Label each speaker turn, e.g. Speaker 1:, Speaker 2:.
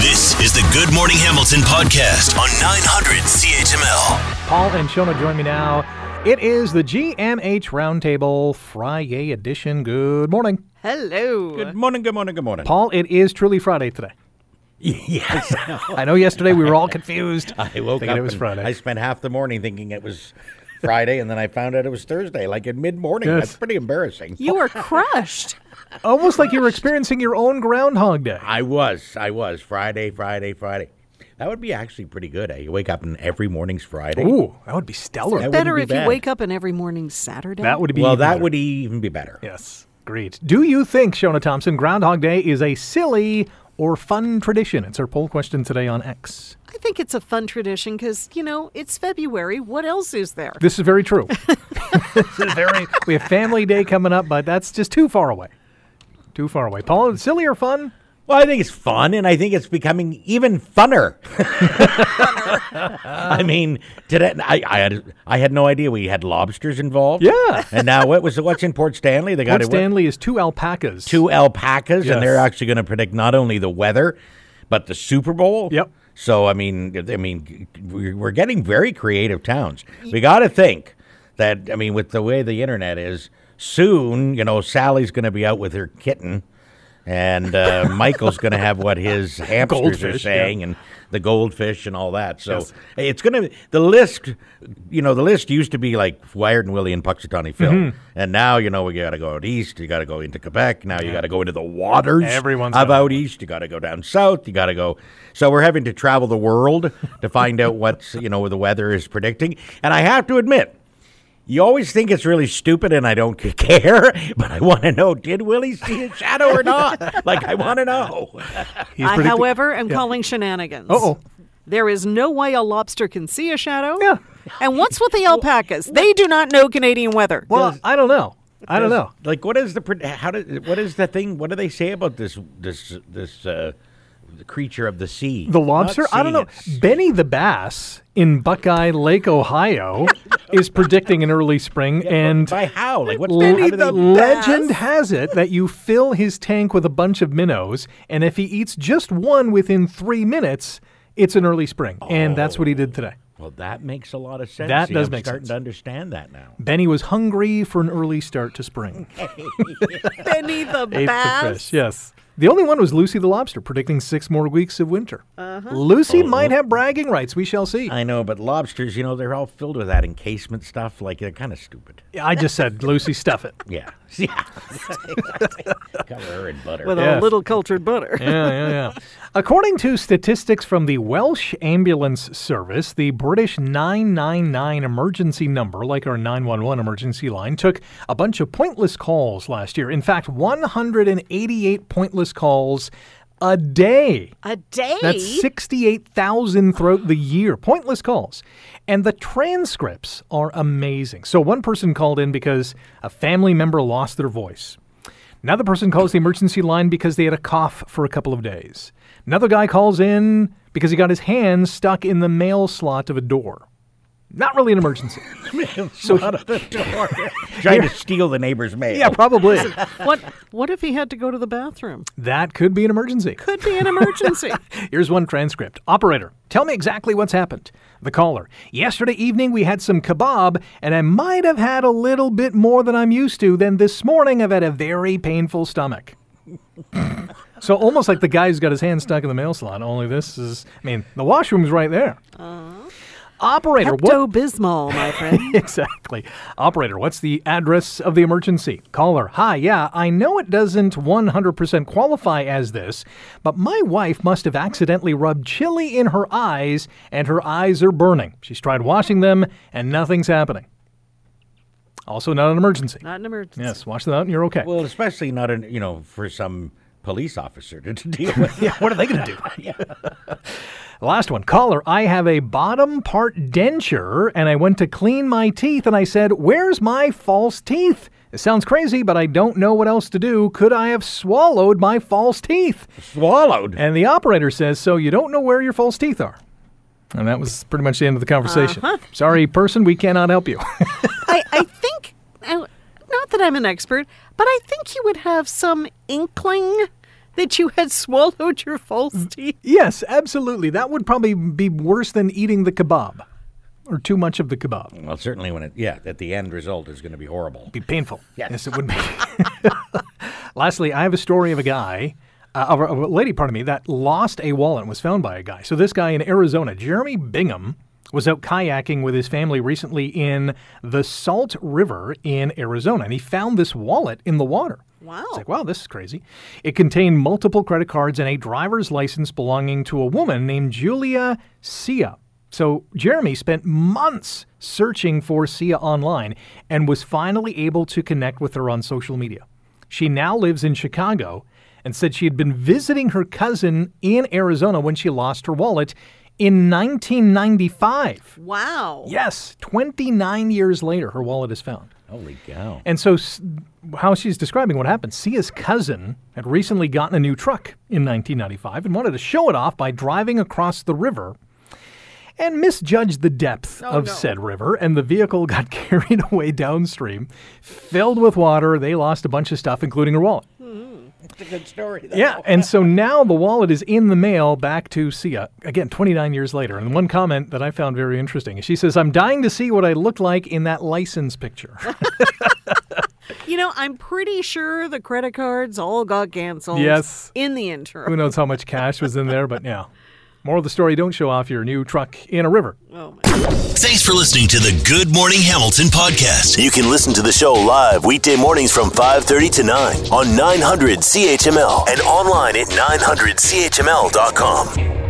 Speaker 1: This is the Good Morning Hamilton podcast on 900 CHML.
Speaker 2: Paul and Shona join me now. It is the GMH Roundtable Friday edition. Good morning.
Speaker 3: Hello.
Speaker 4: Good morning, good morning, good morning.
Speaker 2: Paul, it is truly Friday today.
Speaker 4: Yes.
Speaker 2: I know yesterday we were all confused.
Speaker 4: I woke
Speaker 2: Thinking
Speaker 4: up.
Speaker 2: it was
Speaker 4: and
Speaker 2: Friday.
Speaker 4: I spent half the morning thinking it was Friday, and then I found out it was Thursday, like in mid morning.
Speaker 2: Yes.
Speaker 4: That's pretty embarrassing.
Speaker 3: You were crushed.
Speaker 2: Almost like you were experiencing your own Groundhog Day.
Speaker 4: I was. I was. Friday, Friday, Friday. That would be actually pretty good. Eh? You wake up and every morning's Friday.
Speaker 2: Ooh, that would be stellar.
Speaker 4: That
Speaker 3: Better
Speaker 4: be
Speaker 3: if
Speaker 4: bad.
Speaker 3: you wake up and every morning Saturday.
Speaker 2: That would be
Speaker 4: well,
Speaker 2: even
Speaker 4: that
Speaker 2: better.
Speaker 4: would e- even be better.
Speaker 2: Yes, great. Do you think Shona Thompson Groundhog Day is a silly or fun tradition? It's our poll question today on X.
Speaker 3: I think it's a fun tradition because, you know, it's February. What else is there?
Speaker 2: This is very true. This is very- we have Family Day coming up, but that's just too far away. Too far away. Paul, silly or fun?
Speaker 4: Well, I think it's fun, and I think it's becoming even funner. I mean, today I, I had I had no idea we had lobsters involved.
Speaker 2: Yeah.
Speaker 4: and now what was what's in Port Stanley? They got
Speaker 2: Port
Speaker 4: it. what-
Speaker 2: Stanley is two alpacas.
Speaker 4: two alpacas, and they're
Speaker 2: Yes.
Speaker 4: actually going to predict not only the weather, but the Super Bowl.
Speaker 2: Yep.
Speaker 4: So I mean, I mean, we're we're getting very creative towns. We got to think that I mean, with the way the internet is, soon you know Sally's going to be out with her kitten, and uh, Michael's going to have what his hamsters are
Speaker 2: Goldfish, yeah.
Speaker 4: saying, and the goldfish and all that. So it's going to the list. You know, the list used to be like Wired and Willie and Puxatawny Phil,
Speaker 2: Mm-hmm.
Speaker 4: and now you know we got to go out east. You got to go into Quebec. Now you got to go into the waters
Speaker 2: Everyone's
Speaker 4: of
Speaker 2: got
Speaker 4: out east. You got to go down south. You got to go. So we're having to travel the world to find out what's you know the weather is predicting. And I have to admit. You always think it's really stupid, and I don't care. But I want to know: Did Willie see a shadow or not? Like I want to know.
Speaker 2: He's
Speaker 3: I,
Speaker 2: predicting-
Speaker 3: however, am calling shenanigans.
Speaker 2: Uh-oh.
Speaker 3: There is no way a lobster can see a shadow.
Speaker 2: Yeah.
Speaker 3: And what's with the alpacas? They do not know Canadian weather.
Speaker 2: Well, I don't know. I don't know.
Speaker 4: Like, what is the pred- how did what is the thing? What do they say about this this this uh, the creature of the sea?
Speaker 2: The lobster?
Speaker 4: Not
Speaker 2: I don't know.
Speaker 4: seeing it.
Speaker 2: Benny the Bass in Buckeye Lake, Ohio, is predicting an early spring, and
Speaker 4: by how? Like, what's
Speaker 2: l-
Speaker 4: the, how do they-
Speaker 2: legend has it that you fill his tank with a bunch of minnows, and if he eats just one within three minutes, it's an early spring, and that's what he did today.
Speaker 4: Well, that makes a lot of sense.
Speaker 2: That
Speaker 4: See,
Speaker 2: does
Speaker 4: I'm
Speaker 2: make
Speaker 4: starting
Speaker 2: sense.
Speaker 4: to understand that now.
Speaker 2: Benny was hungry for an early start to spring.
Speaker 3: Benny the
Speaker 2: Ate
Speaker 3: Bass.
Speaker 2: the fish, yes. The only one was Lucy the lobster, predicting six more weeks of winter. Lucy might have bragging rights. We shall see.
Speaker 4: I know, but lobsters, you know, they're all filled with that encasement stuff. Like, they're kind of stupid.
Speaker 2: I just said, Lucy, stuff it.
Speaker 4: Yeah, yeah. Cover her in butter.
Speaker 3: With
Speaker 2: Yes.
Speaker 3: a little cultured butter.
Speaker 2: yeah, yeah, yeah. According to statistics from the Welsh Ambulance Service, the British 999 emergency number, like our 911 emergency line, took a bunch of pointless calls last year. In fact, 188 pointless calls a day.
Speaker 3: A day?
Speaker 2: That's 68,000 throughout the year. Pointless calls. And the transcripts are amazing. So one person called in because a family member lost their voice. Another person calls the emergency line because they had a cough for a couple of days. Another guy calls in because he got his hand stuck in the mail slot of a door. Not really an emergency.
Speaker 4: so out of the door, trying to steal the neighbor's mail.
Speaker 2: yeah, probably.
Speaker 3: what, what if he had to go to the bathroom?
Speaker 2: that could be an emergency.
Speaker 3: Could be an emergency.
Speaker 2: Here's one transcript. Operator, tell me exactly what's happened. The caller, yesterday evening we had some kebab, and I might have had a little bit more than I'm used to, then this morning I've had a very painful stomach. so almost like the guy who's got his hand stuck in the mail slot, only this is, I mean, the washroom's right there. Operator, what?
Speaker 3: Pepto Bismol, my friend.
Speaker 2: exactly. Operator, what's the address of the emergency? Caller, hi, yeah, I know it doesn't 100% qualify as this, but my wife must have accidentally rubbed chili in her eyes, and her eyes are burning. She's tried washing them, and nothing's happening. Also, not an emergency.
Speaker 3: Not an emergency.
Speaker 2: Yes, wash them out, and you're okay.
Speaker 4: Well, especially not an you know for some police officer to, to deal with.
Speaker 2: yeah, what are they going to do? Last one. Caller, I have a bottom part denture and I went to clean my teeth and I said, Where's my false teeth? It sounds crazy, but I don't know what else to do. Could I have swallowed my false teeth?
Speaker 4: Swallowed.
Speaker 2: And the operator says, So you don't know where your false teeth are. And that was pretty much the end of the conversation. Sorry, person, we cannot help you.
Speaker 3: I, I think, I- not that I'm an expert, but I think you would have some inkling that you had swallowed your false teeth.
Speaker 2: Yes, absolutely. That would probably be worse than eating the kebab or too much of the kebab.
Speaker 4: Well, certainly when it, yeah, that the end result is going to be horrible.
Speaker 2: be painful.
Speaker 4: Yes.
Speaker 2: it would be. Lastly, I have a story of a guy, uh, of, a, of a lady, pardon me, that lost a wallet and was found by a guy. So this guy in Arizona, Jeremy Bingham, was out kayaking with his family recently in the Salt River in Arizona, and he found this wallet in the water.
Speaker 3: Wow.
Speaker 2: It's like, wow, this is crazy. It contained multiple credit cards and a driver's license belonging to a woman named Julia Sia. So Jeremy spent months searching for Sia online and was finally able to connect with her on social media. She now lives in Chicago and said she had been visiting her cousin in Arizona when she lost her wallet in 1995.
Speaker 3: Wow.
Speaker 2: Yes, 29 years later, her wallet is found.
Speaker 4: Holy cow.
Speaker 2: And so, s- how she's describing what happened Sia's cousin had recently gotten a new truck in 1995 and wanted to show it off by driving across the river and misjudged the depth
Speaker 4: Oh,
Speaker 2: of
Speaker 3: no.
Speaker 2: said river. And the vehicle got carried away downstream, filled with water. They lost a bunch of stuff, including her wallet.
Speaker 4: It's Hmm. a good story, though.
Speaker 2: Yeah, and so now the wallet is in the mail back to Sia again 29 years later. And one comment that I found very interesting is she says, "I'm dying to see what I look like in that license picture."
Speaker 3: You know, I'm pretty sure the credit cards all got canceled.
Speaker 2: Yes.
Speaker 3: In the
Speaker 2: Who
Speaker 3: interim.
Speaker 2: knows how much cash was in there, but yeah. Moral of the story don't show off your new truck in a river.
Speaker 3: Oh my.
Speaker 1: Thanks for listening to the Good Morning Hamilton podcast. You can listen to the show live weekday mornings from 5:30 to 9 on 900 CHML and online at 900chml.com.